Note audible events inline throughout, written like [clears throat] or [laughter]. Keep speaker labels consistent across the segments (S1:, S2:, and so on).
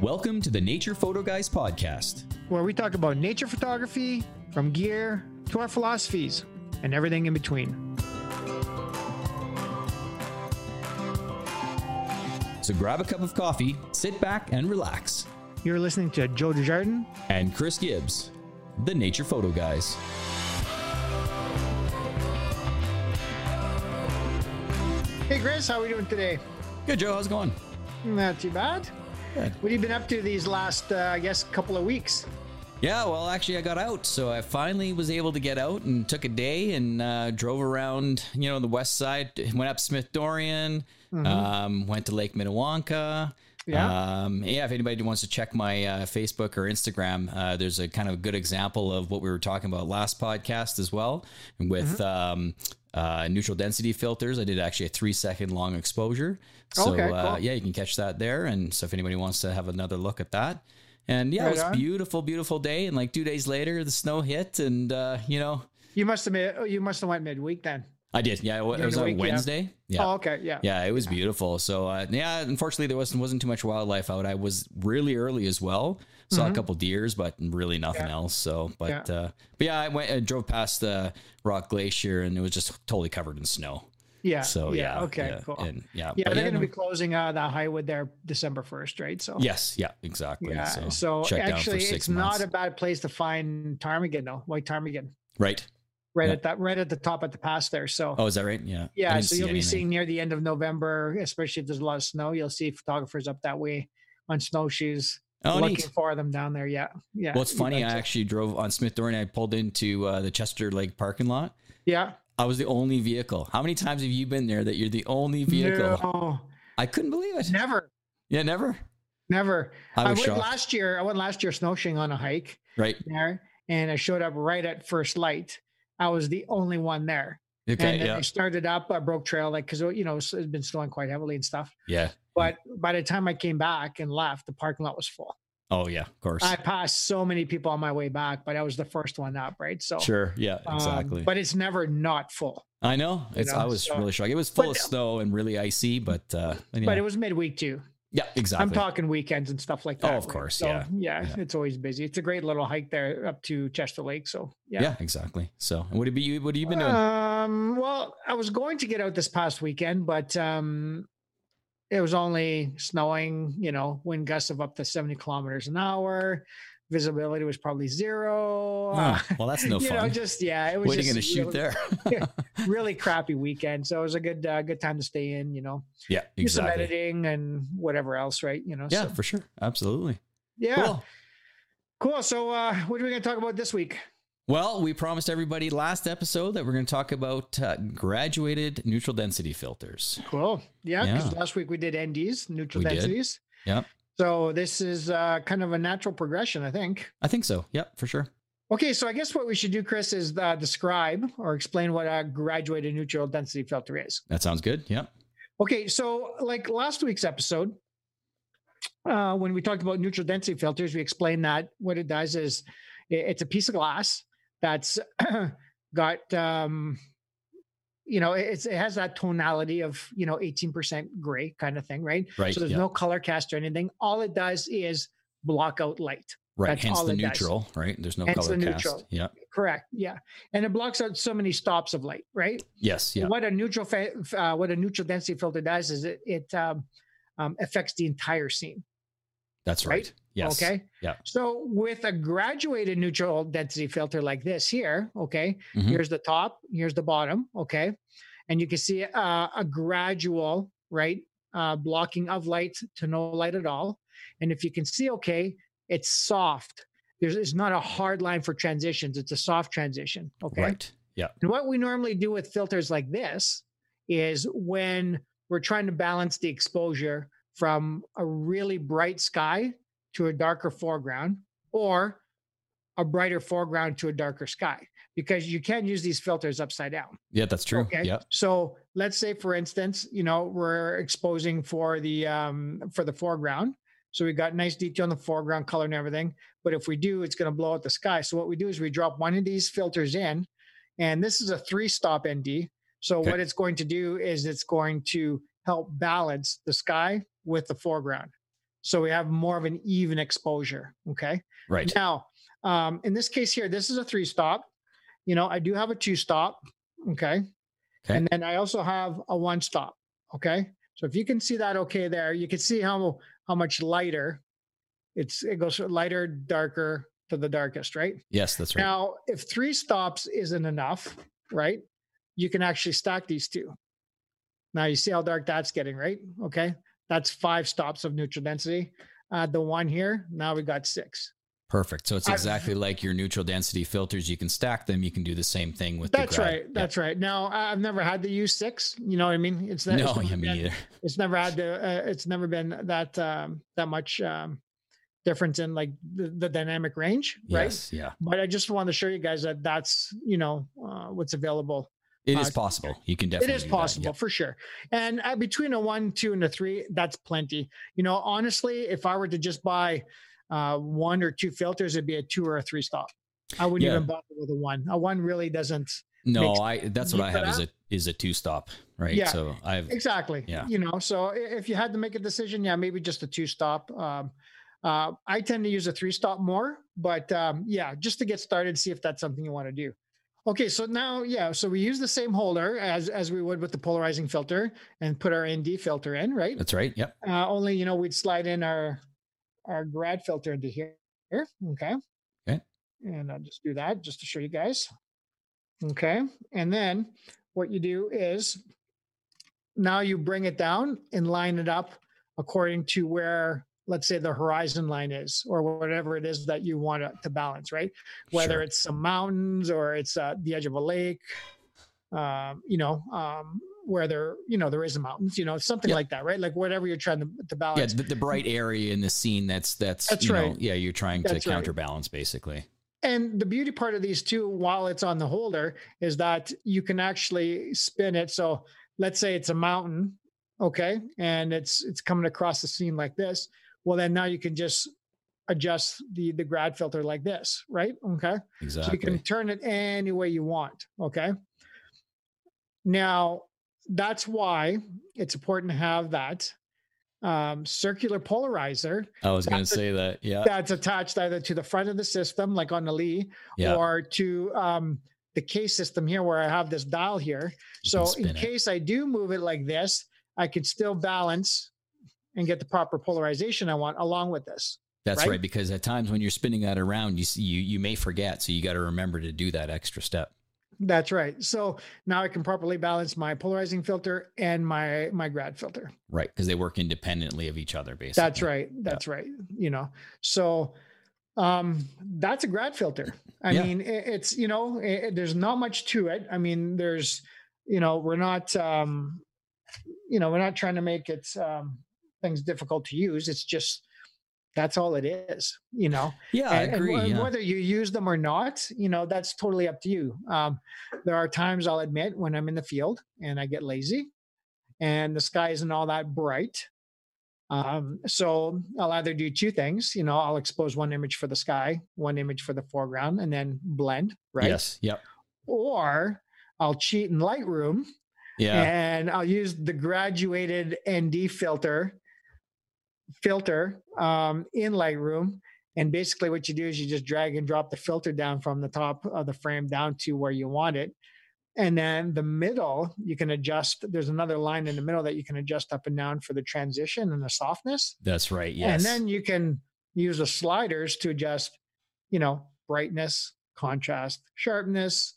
S1: Welcome to the Nature Photo Guys podcast.
S2: where we talk about nature photography from gear to our philosophies and everything in between.
S1: So grab a cup of coffee, sit back and relax.
S2: You're listening to Joe Desjardins.
S1: And Chris Gibbs, the Nature Photo Guys.
S2: Hey, Chris, how are we doing today?
S1: Good, Joe. How's it going?
S2: Not too bad.
S1: Good.
S2: What have you been up to these last, uh, I guess, couple of weeks?
S1: Yeah, well, actually, I got out, so I finally was able to get out and took a day and uh, drove around, you know, the west side. Went up Smith Dorian, um, went to Lake Minnewanka.
S2: Mm-hmm. Yeah.
S1: um, yeah. If anybody wants to check my uh, Facebook or Instagram, uh, there's a kind of a good example of what we were talking about last podcast as well,
S2: Mm-hmm.
S1: with um, uh, neutral density filters. I did actually a three second long exposure, so
S2: Okay,
S1: uh,
S2: cool.
S1: yeah, you can catch that there. And so, if anybody wants to have another look at that, and yeah,
S2: Right
S1: it was
S2: on.
S1: beautiful, beautiful day. And like two days later, the snow hit, and uh, you know,
S2: You must have made, oh, you must have went midweek then.
S1: I did. Yeah, it wa- it
S2: During
S1: was
S2: the
S1: on
S2: week, yeah.
S1: Wednesday. Yeah.
S2: Oh, okay, yeah.
S1: Yeah, it was beautiful. So uh, yeah, unfortunately there wasn't wasn't too much wildlife out. I was really early as well. Saw a couple deers, but really nothing
S2: Mm-hmm. Yeah.
S1: else. So, but
S2: Yeah.
S1: uh, but yeah, I went I drove past the Rock Glacier, and it was just totally covered in snow.
S2: Yeah.
S1: So yeah,
S2: okay,
S1: yeah,
S2: cool.
S1: and, yeah,
S2: yeah,
S1: but
S2: they're going to
S1: no-
S2: be closing uh, the Highwood there December 1st, right? So,
S1: yes, yeah, exactly.
S2: Yeah,
S1: so,
S2: so,
S1: shut down for
S2: actually,
S1: six
S2: it's
S1: months.
S2: not a bad place to find ptarmigan, though, white ptarmigan,
S1: right.
S2: right
S1: Yeah.
S2: at that, right at the top at the pass there. So,
S1: Oh, is that right? Yeah. I
S2: Yeah,
S1: didn't
S2: so
S1: see
S2: you'll be
S1: anything.
S2: seeing near the end of November, especially if there's a lot of snow, you'll see photographers up that way on snowshoes
S1: Oh,
S2: looking
S1: neat.
S2: for them down there. Yeah, yeah.
S1: Well, it's
S2: you
S1: funny. I
S2: betcha.
S1: actually drove on Smith Dorian. I pulled into uh, the Chester Lake parking lot.
S2: yeah.
S1: I was the only vehicle. How many times have you been there that you're the only vehicle?
S2: No,
S1: I couldn't believe it.
S2: never,
S1: Yeah, never.
S2: never.
S1: I was
S2: went
S1: shocked.
S2: last year. I went last year snowshoeing on a hike
S1: right.
S2: there, and I showed up right at first light. I was the only one there,
S1: Okay.
S2: and then
S1: Yeah.
S2: I started up. I broke trail like because you know it's it's been snowing quite heavily and stuff.
S1: Yeah.
S2: But by the time I came back and left, the parking lot was full.
S1: Oh yeah. Of course.
S2: I passed so many people on my way back, but I was the first one up, right? So
S1: sure. Yeah.
S2: um,
S1: Exactly.
S2: but it's never not full.
S1: I know. It's.
S2: know,
S1: I was
S2: so-
S1: really shocked. It was full
S2: but-
S1: of snow and really icy, but. uh anyhow.
S2: But it was midweek too.
S1: Yeah. Exactly.
S2: I'm talking weekends and stuff like
S1: Oh,
S2: that.
S1: of
S2: right?
S1: course,
S2: So,
S1: yeah,
S2: yeah.
S1: yeah.
S2: It's always busy. It's a great little hike there up to Chester Lake. So
S1: yeah.
S2: yeah.
S1: Exactly. So, and what have you? What have you been doing?
S2: Um, well, I was going to get out this past weekend, but um, it was only snowing, you know, wind gusts of up to 70 kilometers an hour. Visibility was probably zero. [laughs]
S1: Oh,
S2: Uh,
S1: well, that's no
S2: you know,
S1: fun.
S2: just, yeah, it was
S1: Waiting
S2: just
S1: in a shoot
S2: really-
S1: there.
S2: really crappy weekend. So it was a good uh, good time to stay in, you know,
S1: yeah.
S2: do some
S1: Exactly.
S2: editing and whatever else, right? You know,
S1: Yeah,
S2: so,
S1: for sure. Absolutely.
S2: yeah, cool.
S1: Cool.
S2: So uh, what are we going to talk about this week?
S1: Well, we promised everybody last episode that we're going to talk about uh, graduated neutral density filters.
S2: Cool. Yeah, because
S1: Yeah.
S2: last week we did NDs, neutral
S1: We did.
S2: densities.
S1: Yep.
S2: So this is uh, kind of a natural progression, I think.
S1: I think so. Yep, for sure.
S2: Okay, so I guess what we should do, Chris, is uh, describe or explain what a graduated neutral density filter is.
S1: That sounds good. Yep.
S2: Okay, so like last week's episode, uh, when we talked about neutral density filters, we explained that what it does is i- it's a piece of glass that's [clears throat] got, um, you know, it's, it has that tonality of, you know, 18% gray kind of thing, right?
S1: Right.
S2: So there's
S1: yep.
S2: no color cast or anything. All it does is block out light.
S1: right.
S2: that's
S1: Hence
S2: all
S1: the
S2: it does.
S1: neutral. Right. There's no
S2: Hence
S1: color
S2: the
S1: cast.
S2: neutral.
S1: Yeah.
S2: Correct. Yeah. And it blocks out so many stops of light, right?
S1: Yes. Yeah.
S2: what a neutral fa- f- uh, what a neutral density filter does is it, it um, um, affects the entire scene.
S1: That's
S2: right?
S1: right. Yes.
S2: Okay.
S1: Yeah.
S2: So with a graduated neutral density filter like this here, okay,
S1: Mhm.
S2: here's the top, here's the bottom, okay, and you can see uh, a gradual right uh, blocking of light to no light at all, and if you can see, okay, it's soft. There's it's not a hard line for transitions. It's a soft transition. Okay.
S1: Right. Yeah.
S2: And what we normally do with filters like this is when we're trying to balance the exposure from a really bright sky to a darker foreground or a brighter foreground to a darker sky because you can use these filters upside down.
S1: Yeah, that's true.
S2: Okay.
S1: Yep.
S2: So let's say, for instance, you know, we're exposing for the um for the foreground. So we got nice detail in the foreground color and everything. But if we do, it's going to blow out the sky. So what we do is we drop one of these filters in, and this is a three-stop ND. So
S1: Okay.
S2: what it's going to do is it's going to help balance the sky with the foreground. So we have more of an even exposure. Okay. [laughs]
S1: Right.
S2: Now, um, in this case here, this is a three stop. You know, I do have a two stop. Okay.
S1: Okay.
S2: And then I also have a one stop. Okay. So if you can see that okay there, you can see how how much lighter it's it goes lighter, darker to the darkest, right?
S1: Yes, that's right.
S2: Now, if three stops isn't enough, right? You can actually stack these two. Now you see how dark that's getting, right? Okay. That's five stops of neutral density. Uh, the one here, now we got six.
S1: Perfect. So it's
S2: I-
S1: exactly like your neutral density filters. You can stack them. You can do the same thing with
S2: That's
S1: the grad.
S2: right. That's right. Now I- I've never had to use six. You know what I mean? It's
S1: Yeah.
S2: that.
S1: no,
S2: it's,
S1: yeah,
S2: never
S1: me
S2: been,
S1: neither.
S2: it's never had to. Uh, it's never been that um, that much um, difference in like the, the dynamic range, right?
S1: Yes, yeah.
S2: But I just wanted to show you guys that that's you know uh, what's available
S1: It
S2: Uh,
S1: is possible. You can
S2: it
S1: definitely.
S2: is
S1: do that, yeah.
S2: possible for sure and uh, between a one two and a three that's plenty you know honestly if i were to just buy uh, one or two filters it'd be a two or a three stop i wouldn't
S1: Yeah.
S2: even bother with a one a one really doesn't
S1: No,
S2: Makes-
S1: I. That's what
S2: You
S1: I
S2: put
S1: have is a is a two stop, right?
S2: Yeah.
S1: So I've
S2: exactly
S1: Yeah.
S2: you know so i- if you had to make a decision yeah maybe just a two stop um, uh, i tend to use a three stop more but um, yeah just to get started see if that's something you want to do okay so now yeah so we use the same holder as as we would with the polarizing filter and put our nd filter in right
S1: That's right. Yep.
S2: Uh, only you know we'd slide in our our grad filter into here. Okay.
S1: Okay.
S2: And I'll just do that just to show you guys. Okay. And then what you do is now you bring it down and line it up according to where let's say the horizon line is or whatever it is that you want it to balance right whether
S1: Sure.
S2: it's some mountains or it's uh, the edge of a lake um, you know um, where there you know there is a mountains you know something
S1: Yeah.
S2: like that right like whatever you're trying to, to balance
S1: yeah, the, the bright area in the scene. That's that's
S2: That's
S1: you know,
S2: right.
S1: yeah, you're trying
S2: That's
S1: to
S2: right.
S1: counterbalance basically.
S2: And the beauty part of these two, while it's on the holder, is that you can actually spin it. So let's say it's a mountain, okay, and it's it's coming across the scene like this. Well, then now you can just adjust the the grad filter like this, right? Okay, so you
S1: Exactly.
S2: can turn it any way you want. Okay. Now that's why it's important to have that um, circular polarizer
S1: I was going to
S2: that's a-
S1: say that. Yeah.
S2: that's attached either to the front of the system, like on the Lee,
S1: yeah.
S2: or to um, the case system here where I have this dial here.
S1: You can
S2: so in
S1: spin it.
S2: case I do move it like this, I can still balance and get the proper polarization I want along with this.
S1: That's right?
S2: right?
S1: because at times when you're spinning that around, you see, you you may forget, so you got to remember to do that extra step.
S2: That's right. So now I can properly balance my polarizing filter and my my grad filter.
S1: Right, because they work independently of each other basically.
S2: That's right. That's right. You know, so um, that's a grad filter. I
S1: Yeah.
S2: mean, it, it's, you know, it, it- there's not much to it. I mean, there's, you know, we're not, um, you know, we're not trying to make it um, things difficult to use. It's just, that's all it is, you know,
S1: Yeah, I
S2: and, and
S1: agree.
S2: wh-
S1: yeah.
S2: whether you use them or not, you know, that's totally up to you. Um, there are times I'll admit when I'm in the field and I get lazy and the sky isn't all that bright. Um, so I'll either do two things, you know, I'll expose one image for the sky, one image for the foreground, and then blend, right?
S1: Yes. Yep.
S2: Or I'll cheat in Lightroom
S1: Yeah.
S2: and I'll use the graduated ND filter filter um, in Lightroom. And basically, what you do is you just drag and drop the filter down from the top of the frame down to where you want it. And then the middle, you can adjust. There's another line in the middle that you can adjust up and down for the transition and the softness.
S1: That's right. Yes.
S2: And then you can use the sliders to adjust, you know, brightness, contrast, sharpness,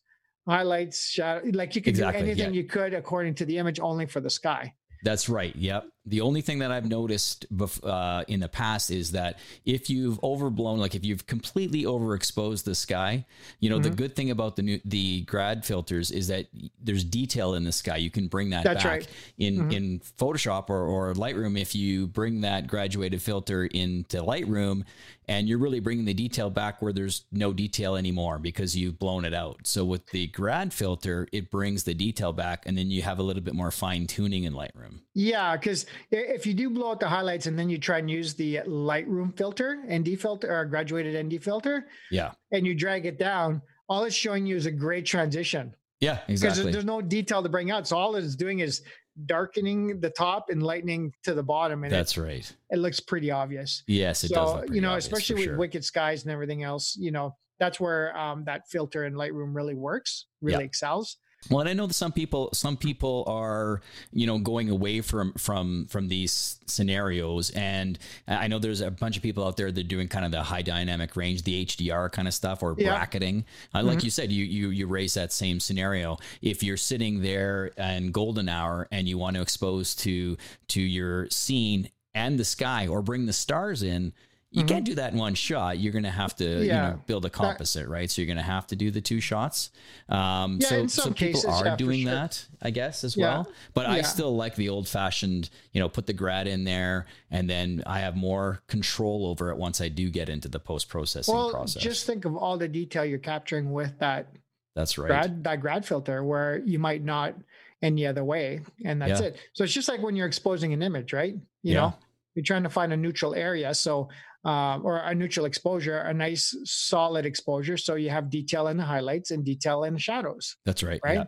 S2: highlights, shadow. Like you can
S1: Exactly,
S2: do anything
S1: yeah.
S2: you could according to the image, only for the sky.
S1: That's right. Yep. The only thing that I've noticed bef- uh, in the past is that if you've overblown, like if you've completely overexposed the sky, you know the
S2: Mhm.
S1: good thing about the new the grad filters is that there's detail in the sky. You can bring that
S2: That's
S1: back
S2: right.
S1: in
S2: Mhm.
S1: in Photoshop or, or Lightroom. If you bring that graduated filter into Lightroom, and you're really bringing the detail back where there's no detail anymore because you've blown it out. So with the grad filter, it brings the detail back, and then you have a little bit more fine tuning in Lightroom.
S2: Yeah, because if you do blow out the highlights and then you try and use the Lightroom filter, ND filter, or graduated ND filter,
S1: Yeah.
S2: and you drag it down, all it's showing you is a great transition
S1: Yeah,
S2: because
S1: exactly.
S2: there's no detail to bring out. So all it's doing is darkening the top and lightening to the bottom, and
S1: That's right.
S2: it, it looks pretty obvious.
S1: Yes, it
S2: so
S1: does. look pretty
S2: you know,
S1: obvious,
S2: especially
S1: for
S2: with
S1: sure.
S2: Wicked Skies and everything else, you know, that's where um, that filter in Lightroom really works, really
S1: Yeah.
S2: excels.
S1: Well, and I know that some people some people are you know going away from from from these scenarios, and I know there's a bunch of people out there that are doing kind of the high dynamic range, the HDR kind of stuff, or
S2: Yeah. Mm-hmm.
S1: bracketing. Uh, like you said, you you you raise that same scenario. If you're sitting there in golden hour and you want to expose to to your scene and the sky, or bring the stars in. You
S2: Mhm.
S1: can't do that in one shot. You're going to have to,
S2: Yeah.
S1: you know, build a composite, right? So you're going to have to do the two shots. Um,
S2: Yeah,
S1: so,
S2: in
S1: so
S2: some
S1: people
S2: cases,
S1: are
S2: yeah, for
S1: doing
S2: sure.
S1: that, I guess, as
S2: Yeah.
S1: well. But I
S2: Yeah.
S1: still like the old fashioned, you know, put the grad in there and then I have more control over it once I do get into the post processing
S2: Well,
S1: process.
S2: just think of all the detail you're capturing with that
S1: That's right.
S2: grad that grad filter where you might not any other way and that's
S1: Yeah.
S2: it so it's just like when you're exposing an image right you
S1: Yeah.
S2: know you're trying to find a neutral area so um, or a neutral exposure a nice solid exposure so you have detail in the highlights and detail in the shadows
S1: That's right. Yeah.
S2: right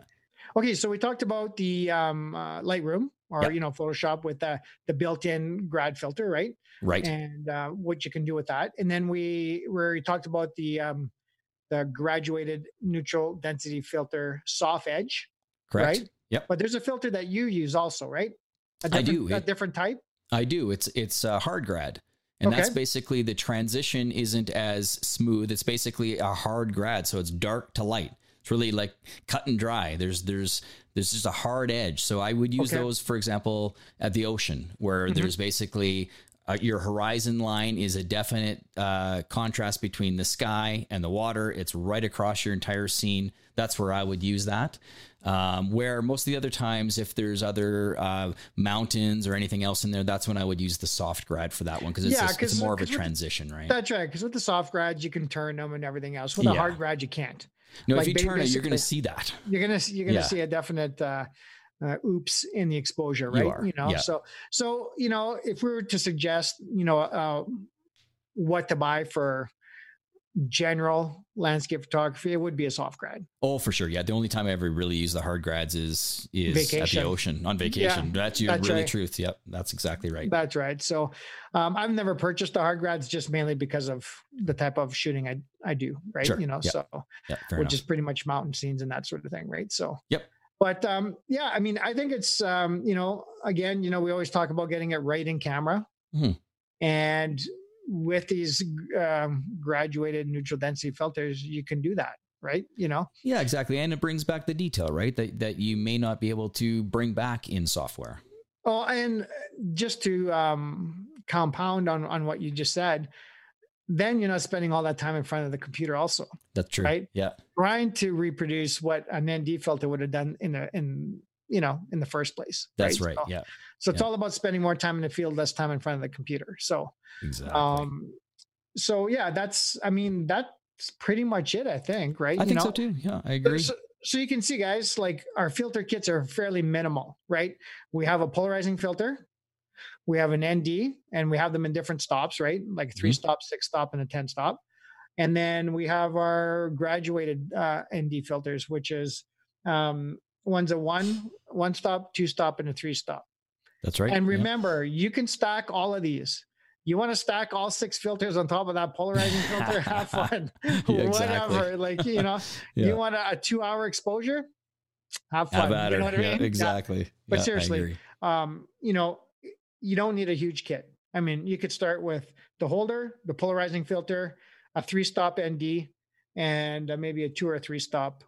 S2: okay so we talked about the um, uh, lightroom or
S1: Yeah.
S2: you know photoshop with the, the built-in grad filter right
S1: Right.
S2: and uh, what you can do with that. And then we we talked about the um, the graduated neutral density filter soft edge,
S1: Correct.
S2: right?
S1: Yep.
S2: But there's a filter that you use also, right? A
S1: I
S2: different,
S1: do.
S2: A different type.
S1: I do. It's it's uh, hard grad, and that's
S2: Okay.
S1: basically the transition isn't as smooth. It's basically a hard grad, so it's dark to light. It's really like cut and dry. There's there's there's just a hard edge. So I would use
S2: Okay.
S1: those, for example, at the ocean, where
S2: Mhm.
S1: there's basically uh, your horizon line is a definite uh, contrast between the sky and the water. It's right across your entire scene. That's where I would use that. Um, where most of the other times, if there's other uh, mountains or anything else in there, that's when I would use the soft grad for that one because it's,
S2: Yeah,
S1: just- it's
S2: 'cause-
S1: more of a
S2: 'cause with-
S1: transition, right?
S2: That's right. Because with the soft grads, you can turn them and everything else. With a
S1: Yeah.
S2: hard grad, you can't.
S1: no,
S2: like
S1: if you turn it, you're going
S2: basically-
S1: to see that.
S2: You're gonna s- you're gonna
S1: Yeah.
S2: see a definite. Uh, uh, oops in the exposure right
S1: are,
S2: know
S1: yeah.
S2: so so you know if we were to suggest you know uh, what to buy for general landscape photography it would be a soft grad
S1: Oh, for sure. Yeah. The only time I ever really use the hard grads is is at the
S2: Vacation.
S1: ocean on vacation. that's your
S2: that's
S1: really
S2: right.
S1: truth. Yep. That's exactly right.
S2: That's right. So um, I've never purchased the hard grads just mainly because of the type of shooting I, I do, right?
S1: Sure.
S2: You know,
S1: Yeah.
S2: so
S1: yeah. Fair
S2: which
S1: enough.
S2: is pretty much mountain scenes and that sort of thing, right? So
S1: Yep.
S2: But um, yeah, I mean, I think it's um, you know, again, you know, we always talk about getting it right in camera,
S1: Mhm.
S2: and with these um, graduated neutral density filters, you can do that, right? You know,
S1: Yeah, exactly. And it brings back the detail, right? That that you may not be able to bring back in software.
S2: Oh, and just to um, compound on on what you just said, then you're not spending all that time in front of the computer, also
S1: That's true.
S2: Right.
S1: Yeah.
S2: trying to reproduce what an ND filter would have done in a in you know in the first place.
S1: That's right.
S2: So,
S1: Yeah.
S2: so it's
S1: yeah.
S2: all about spending more time in the field, less time in front of the computer. So,
S1: Exactly.
S2: um, so yeah, that's I mean that's pretty much it. I think right.
S1: I think
S2: you know?
S1: so too. Yeah, I agree.
S2: So, so you can see, guys, like our filter kits are fairly minimal, right? We have a polarizing filter, we have an ND, and we have them in different stops, right? Like 3
S1: Mhm.
S2: stop, six stop, and a 10 stop. And then we have our graduated uh, ND filters, which is um, one's a one, one stop, two stop, and a three stop.
S1: That's right.
S2: And
S1: yeah.
S2: remember, you can stack all of these. You want to stack all six filters on top of
S1: [laughs]
S2: that polarizing filter? Have fun.
S1: [laughs] Yeah, exactly.
S2: Whatever. Like, you know,
S1: [laughs] Yeah.
S2: you want a, a two hour exposure? Have
S1: Have
S2: fun.
S1: at
S2: you
S1: her.
S2: know what I
S1: Yeah,
S2: mean? Yeah.
S1: exactly.
S2: But
S1: Yeah, I
S2: seriously,
S1: agree.
S2: Um, you know, you don't need a huge kit. I mean, you could start with the holder, the polarizing filter, a three stop ND, and uh, maybe a two or three stop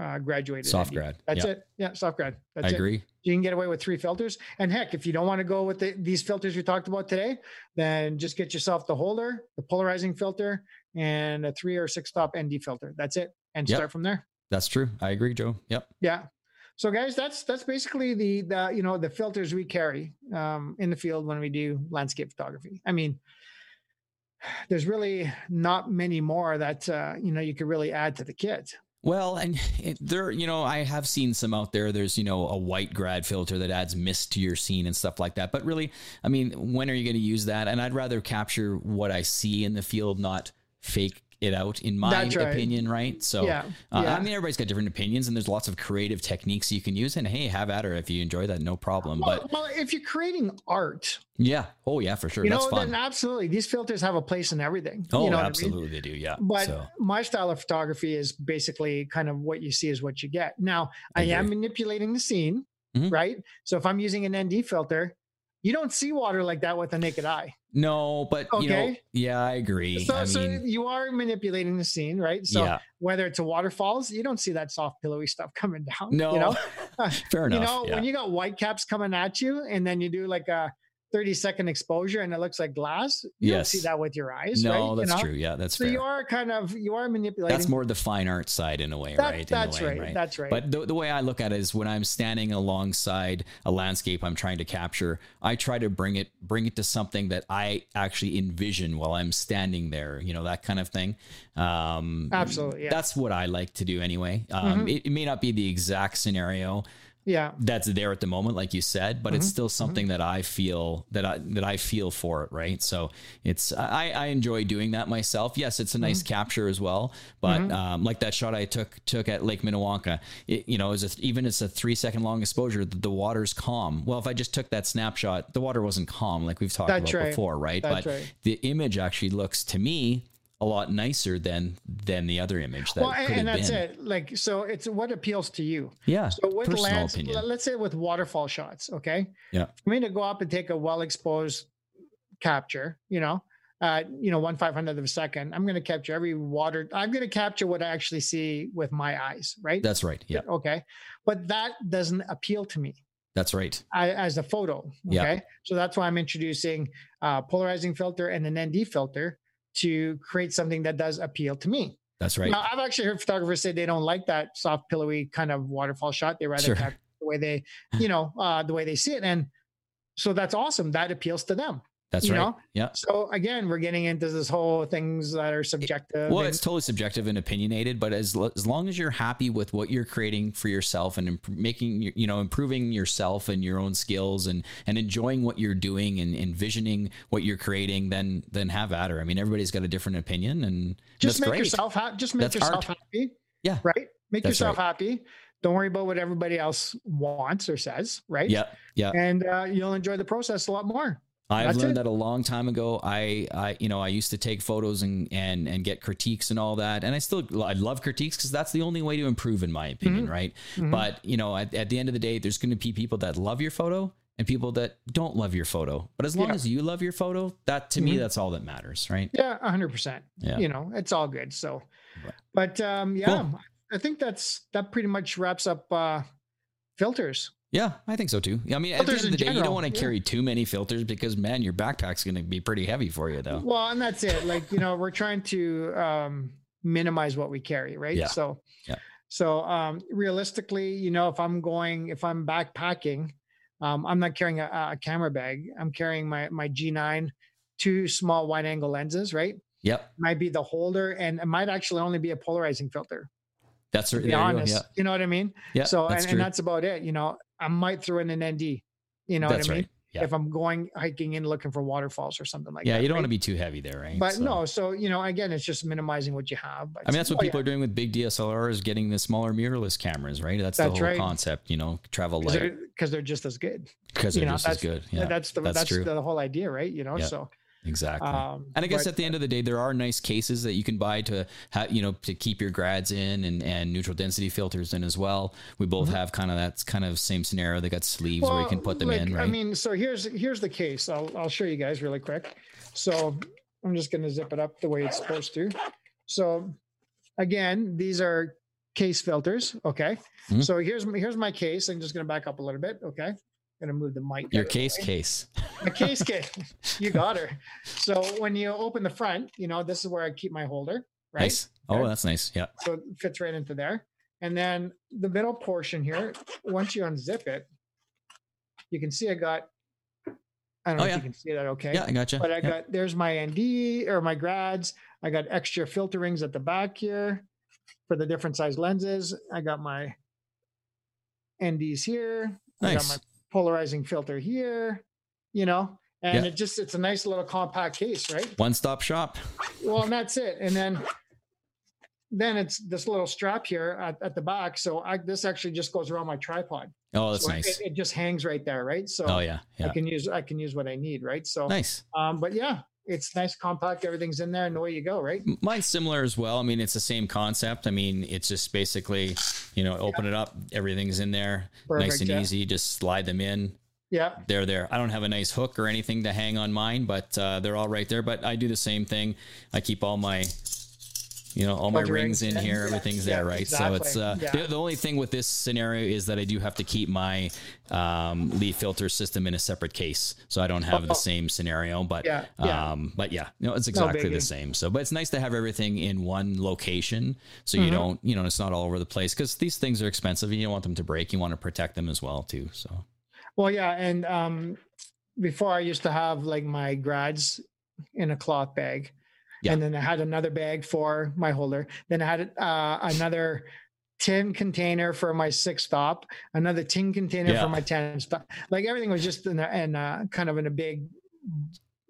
S2: uh, graduated.
S1: soft
S2: ND.
S1: grad.
S2: That's
S1: yeah,
S2: it. Yeah, soft grad. That's
S1: I
S2: it.
S1: agree.
S2: You can get away with three filters. And heck, if you don't want to go with the, these filters we talked about today, then just get yourself the holder, the polarizing filter, and a three or six stop ND filter. That's it. And
S1: Yep.
S2: start from there.
S1: That's true. I agree, Joe. Yep.
S2: Yeah. So guys, that's that's basically the the you know the filters we carry um, in the field when we do landscape photography. I mean, there's really not many more that uh, you know you could really add to the kit.
S1: Well, and [laughs] it, there, you know, I have seen some out there. There's, you know, a white grad filter that adds mist to your scene and stuff like that. But really, I mean, when are you going to use that? And I'd rather capture what I see in the field, not fake it out, in my
S2: That's right.
S1: opinion, right? So,
S2: yeah.
S1: uh,
S2: yeah.
S1: I mean, everybody's got different opinions, and there's lots of creative techniques you can use. And hey, have at her if you enjoy that, no problem.
S2: well,
S1: But
S2: well, if you're creating art,
S1: yeah, oh yeah, for sure,
S2: you
S1: that's
S2: know,
S1: fun.
S2: then absolutely these filters have a place in everything.
S1: oh,
S2: you know what I mean?
S1: absolutely, they do. Yeah,
S2: But
S1: so,
S2: my style of photography is basically kind of what you see is what you get. Now, I am
S1: Agree.
S2: manipulating the scene,
S1: Mhm.
S2: right? So if I'm using an ND filter, you don't see water like that with the naked eye.
S1: no, but you know,
S2: Okay.
S1: yeah, I agree.
S2: So,
S1: I
S2: so
S1: mean,
S2: you are manipulating the scene, right? So
S1: yeah,
S2: whether it's a waterfalls, you don't see that soft pillowy stuff [laughs] coming down.
S1: no,
S2: you know,
S1: fair enough.
S2: you know
S1: yeah.
S2: when you got white caps coming at you, and then you do like a 30 second exposure, and it looks like glass. You don't see
S1: Yes.
S2: that with your eyes, right?
S1: no,
S2: You
S1: that's
S2: know?
S1: true. Yeah, that's
S2: So
S1: fair.
S2: you are kind of you are manipulating.
S1: that's more the fine art side in a way,
S2: That-
S1: right? In a
S2: That's
S1: way,
S2: right, That's right.
S1: But the, the way I look at it is when I'm standing alongside a landscape I'm trying to capture, I try to bring it bring it to something that I actually envision while I'm standing there, you know, that kind of thing. Um,
S2: Absolutely, yeah. Mm-hmm.
S1: That's what I like to do anyway. Um, it, it may not be the exact scenario
S2: yeah.
S1: that's there at the moment, like you said, but it's
S2: Mm-hmm.
S1: still something that I feel that I that I feel for it, right? So it's I, I enjoy doing that myself. Yes, it's a nice
S2: Mm-hmm.
S1: capture as well, but um, like that shot I took took at Lake Minnewanka, it, you know, is a, even it's a three second long exposure. The, the water's calm. Well, if I just took that snapshot, the water wasn't calm, like we've talked
S2: That's
S1: about
S2: right.
S1: before, right?
S2: That's
S1: but
S2: right.
S1: the image actually looks to me a lot nicer than than the other image that
S2: Well,
S1: it
S2: and,
S1: could
S2: and
S1: have
S2: that's
S1: been.
S2: it. Like, so it's what appeals to you.
S1: Yeah,
S2: So with
S1: personal
S2: lands,
S1: opinion.
S2: let- let's say with waterfall shots, okay?
S1: Yeah.
S2: For me to go up and take a well-exposed capture, you know, uh, you know, one five hundredth of a second, I'm going to capture every water. I'm going to capture what I actually see with my eyes, right?
S1: that's right. Yeah,
S2: Okay. But that doesn't appeal to me
S1: that's right.
S2: I, as a photo. Okay.
S1: Yeah.
S2: So that's why I'm introducing uh, polarizing filter and an ND filter to create something that does appeal to me.
S1: That's right.
S2: Now, I've actually heard photographers say they don't like that soft, pillowy kind of waterfall shot. They rather
S1: Sure.
S2: capture
S1: [laughs]
S2: the way they, you know, uh, the way they see it. And so that's awesome. That appeals to them.
S1: That's
S2: you
S1: right.
S2: know?
S1: Yeah.
S2: So again, we're getting into this whole things that are subjective.
S1: Well,
S2: and-
S1: it's totally subjective and opinionated, but as lo- as long as you're happy with what you're creating for yourself and imp- making your- you know improving yourself and your own skills and and enjoying what you're doing and envisioning what you're creating, then then have at her. I mean, everybody's got a different opinion, and
S2: just
S1: that's
S2: make
S1: great.
S2: yourself happy. Just make
S1: That's
S2: yourself happy.
S1: Yeah.
S2: Right. Make
S1: That's
S2: yourself happy. Don't worry about what everybody else wants or says. Right.
S1: yeah, yeah.
S2: And uh, you'll enjoy the process a lot more.
S1: I've
S2: That's
S1: learned
S2: it.
S1: that a long time ago. I, I, you know, I used to take photos and and and get critiques and all that, and I still I love critiques because that's the only way to improve, in my opinion, right?
S2: Mhm.
S1: But you know, at, at the end of the day, there's going to be people that love your photo and people that don't love your photo. But as long
S2: Yeah.
S1: as you love your photo, that to me,
S2: Mhm.
S1: that's all that matters, right?
S2: Yeah, hundred percent.
S1: Yeah.
S2: You know, it's all good. So,
S1: Right.
S2: but um, yeah, I think that's that pretty much wraps up uh filters.
S1: Yeah, I think so too. I mean, at the
S2: Filters
S1: end of the day,
S2: in
S1: you don't
S2: general,
S1: want to
S2: yeah.
S1: carry too many filters because man, your backpack's going to be pretty heavy for you, though.
S2: Well, and that's it. Like you know, we're trying to um minimize what we carry, right?
S1: Yeah.
S2: So,
S1: Yeah.
S2: so um, realistically, you know, if I'm going, if I'm backpacking, um, I'm not carrying a, a camera bag. I'm carrying my my G9, two small wide angle lenses, right?
S1: Yep,
S2: Might be the holder, and it might actually only be a polarizing filter.
S1: that's
S2: to
S1: right.
S2: be
S1: there you go.
S2: honest. You,
S1: Yeah,
S2: know what I mean?
S1: yeah.
S2: so
S1: that's
S2: and,
S1: true.
S2: and that's about it. You know, I might throw in an ND. You know
S1: That's
S2: what I mean?
S1: right. Yeah.
S2: If I'm going hiking and looking for waterfalls or something like
S1: yeah,
S2: that.
S1: you don't want to be too heavy there, right?
S2: But
S1: So-
S2: no, so you know, again, it's just minimizing what you have. But
S1: I mean, that's what
S2: oh,
S1: people are doing with big DSLRs, getting the smaller mirrorless cameras, right? That's, the
S2: That's
S1: whole
S2: right.
S1: concept, you know, travel
S2: because
S1: light
S2: they're, 'cause they're just as good.
S1: because
S2: you
S1: they're
S2: know,
S1: just as good. Yeah,
S2: that's the
S1: that's
S2: that's,
S1: true.
S2: the whole idea, right? You know,
S1: Yeah,
S2: so
S1: exactly.
S2: um,
S1: and I guess
S2: but-
S1: at the end of the day, there are nice cases that you can buy to, ha- you know, to keep your grads in and, and neutral density filters in as well. We both
S2: Mm-hmm.
S1: have kind of that kind of same scenario. They got sleeves where you can put them
S2: like,
S1: in, right?
S2: I mean, so here's here's the case. I'll I'll show you guys really quick. So I'm just gonna zip it up the way it's supposed to. So again, these are case filters. Okay.
S1: Mhm.
S2: So here's my- here's my case. I'm just gonna back up a little bit. Okay. gonna move the mic.
S1: your
S2: out of
S1: case
S2: the way.
S1: case.
S2: My case case. You got her. So when you open the front, you know this is where I keep my holder, right?
S1: Nice. Oh,
S2: Okay.
S1: that's nice. Yeah.
S2: So it fits right into there. And then the middle portion here, once you unzip it, you can see I got, I don't know
S1: Oh,
S2: if you
S1: yeah.
S2: can see that okay.
S1: Yeah, I gotcha.
S2: But I
S1: Yeah.
S2: got, there's my ND or my grads. I got extra filter rings at the back here for the different size lenses. I got my NDs here. I got
S1: nice.
S2: my polarizing filter here, you know, and
S1: Yeah.
S2: it just, it's a nice little compact case, right?
S1: One stop shop.
S2: Well, and that's it. And then then it's this little strap here at, at the back. So I, this actually just goes around my tripod.
S1: Oh, that's
S2: So
S1: nice.
S2: It, it just hangs right there, right? So
S1: Oh yeah,
S2: I
S1: yeah.
S2: can use I can use what I need, right? So,
S1: Nice.
S2: um, but yeah, it's nice, compact. Everything's in there, and away you go, right?
S1: M- Mine's similar as well. I mean, it's the same concept. I mean, it's just basically, you know, open it up, everything's in there, nice
S2: Perfect,
S1: and
S2: yeah.
S1: easy. Just slide them in.
S2: Yeah,
S1: They're there. I don't have a nice hook or anything to hang on mine, but uh, they're all right there. But I do the same thing. I keep all my, you know, all my
S2: All the
S1: rings
S2: rings
S1: in
S2: in,
S1: here.
S2: yeah,
S1: Everything's
S2: yeah,
S1: there, right? So it's uh,
S2: exactly, yeah.
S1: the, the only thing with this scenario is that I do have to keep my um, leaf filter system in a separate case, so I don't have the
S2: Oh.
S1: same scenario. But
S2: Yeah, yeah.
S1: um, but yeah, no, it's exactly the
S2: biggie.
S1: same. So, but it's nice to have everything in one location, so you
S2: Mm-hmm.
S1: don't, you know, it's not all over the place because these things are expensive, and you don't want them to break. You want to protect them as well, too. So.
S2: Well, yeah, and um, before I used to have like my grads in a cloth bag,
S1: Yeah.
S2: and then I had another bag for my holder. Then I had uh, another tin container for my six stop, another tin container
S1: Yeah.
S2: for my ten stop. Like everything was just in a, in a kind of in a big,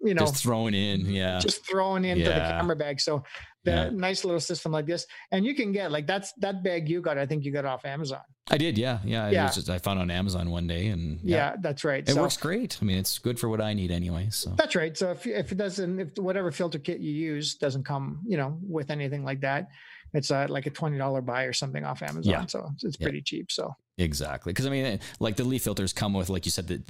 S2: you know,
S1: just thrown in. Yeah.
S2: just thrown into the
S1: Yeah.
S2: camera bag. So the
S1: Yeah.
S2: nice little system like this, and you can get like that's that bag you got. I think you got off Amazon.
S1: I did. Yeah. Yeah. It
S2: Yeah.
S1: was just- I found on Amazon one day and
S2: Yeah, that's right.
S1: it works great. I mean, it's good for what I need anyway. So
S2: That's right. So if if it doesn't, if whatever filter kit you use doesn't come, you know, with anything like that, it's uh, like a twenty dollar buy or something off Amazon.
S1: Yeah.
S2: So it's, it's
S1: Yeah.
S2: pretty cheap. So
S1: exactly. Cause I mean, like the leaf filters come with, like you said, the,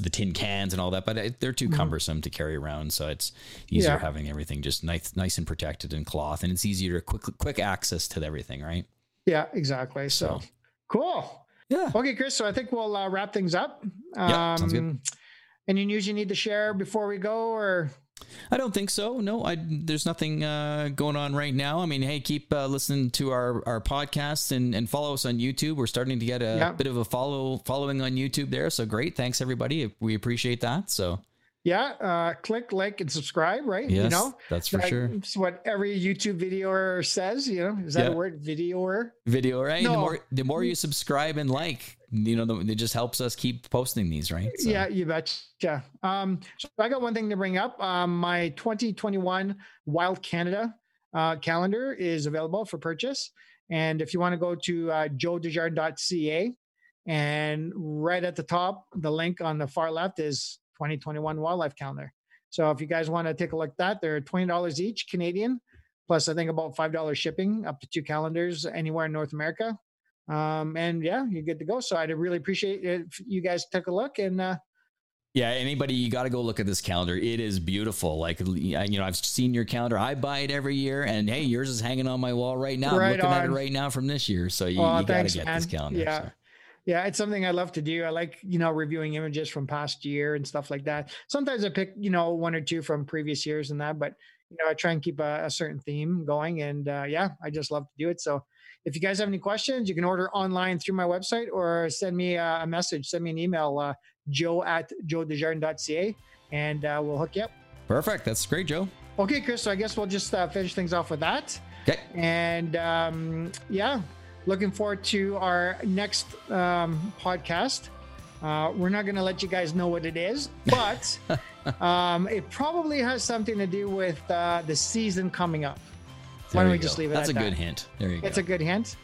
S1: the tin cans and all that, but it- they're too
S2: Mhm.
S1: cumbersome to carry around. So it's easier
S2: Yeah.
S1: having everything just nice, nice and protected in cloth. And it's easier to quick, quick access to everything. Right.
S2: yeah, exactly. So,
S1: So.
S2: cool.
S1: Yeah.
S2: Okay, Chris. So I think we'll uh, wrap things up. Um,
S1: Yeah, sounds good.
S2: Any news you need to share before we go, or
S1: I don't think so. No, I there's nothing uh, going on right now. I mean, hey, keep uh, listening to our our podcast and and follow us on YouTube. We're starting to get a
S2: Yeah.
S1: bit of a follow following on YouTube there. So great, thanks everybody. We appreciate that. So
S2: yeah, uh, click like and subscribe. Right?
S1: yes,
S2: You know,
S1: that's for
S2: That-
S1: sure.
S2: It's what every YouTube videoer says. You know, is that
S1: Yeah.
S2: a word? Videoer.
S1: Video right? The
S2: No.
S1: more the more you subscribe and like, you know, the, it just helps us keep posting these, right? So,
S2: Yeah, you betcha. Um, so I got one thing to bring up. Um, my 2021 Wild Canada uh, calendar is available for purchase. And if you want to go to uh, joedejardin.ca and right at the top, the link on the far left is 2021 Wildlife Calendar. So if you guys want to take a look at that, they're $20 each Canadian, plus I think about $5 shipping up to two calendars anywhere in North America um, and yeah, you're good to go. So I'd really appreciate it if you guys took a look and uh,
S1: Yeah, anybody, you got to go look at this calendar. It is beautiful. Like, you know, I've seen your calendar. I buy it every year, and hey, yours is hanging on my wall right now. I'm
S2: Right
S1: looking at it
S2: on.
S1: right now from this year. So you,
S2: Aw,
S1: you got
S2: thanks,
S1: to get
S2: man.
S1: this calendar.
S2: Yeah.
S1: so.
S2: yeah, it's something I love to do. I like you know reviewing images from past year and stuff like that. Sometimes I pick you know one or two from previous years and that, but you know I try and keep a, a certain theme going. And uh, yeah, I just love to do it. So if you guys have any questions, you can order online through my website or send me uh, a, a message, send me an email, uh, joe at joedejardin.ca, and uh, we'll hook you up.
S1: Perfect. That's great, Joe.
S2: Okay, Chris. So I guess we'll just uh, finish things off with that.
S1: Okay.
S2: And um, yeah, looking forward to our next um, podcast. Uh, we're not going to let you guys know what
S1: [laughs]
S2: it is, but um, it probably has something to do with uh, the season coming up.
S1: There
S2: Why don't
S1: you
S2: we just
S1: go.
S2: leave it
S1: That's
S2: at
S1: a good
S2: that?
S1: hint. There you
S2: It's
S1: go.
S2: a
S1: [laughs]
S2: good hint.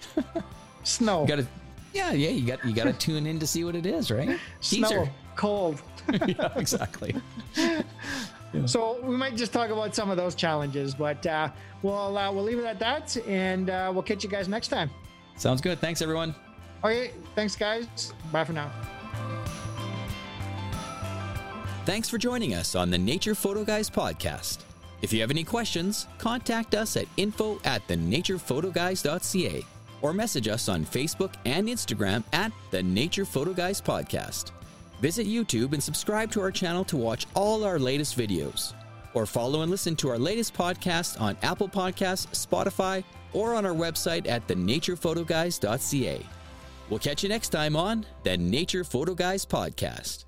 S2: Snow,
S1: you got to, yeah, yeah. You got you got to tune in to see what it is,
S2: [laughs]
S1: right?
S2: snow, cold.
S1: Teaser. [laughs] yeah, exactly.
S2: So we might just talk about some of those challenges, but uh, we'll uh, we'll leave it at that, and uh, we'll catch you guys next time.
S1: Sounds good. Thanks, everyone.
S2: Okay, thanks, guys. Bye for now.
S1: Thanks for joining us on the Nature Photo Guys podcast. If you have any questions, contact us at info at thenaturePhotoGuys.ca or message us on Facebook and Instagram at the Nature Photo Guys podcast. Visit YouTube and subscribe to our channel to watch all our latest videos. Or follow and listen to our latest podcast on Apple Podcasts, Spotify, or on our website at thenaturePhotoGuys.ca. We'll catch you next time on the Nature Photo Guys podcast.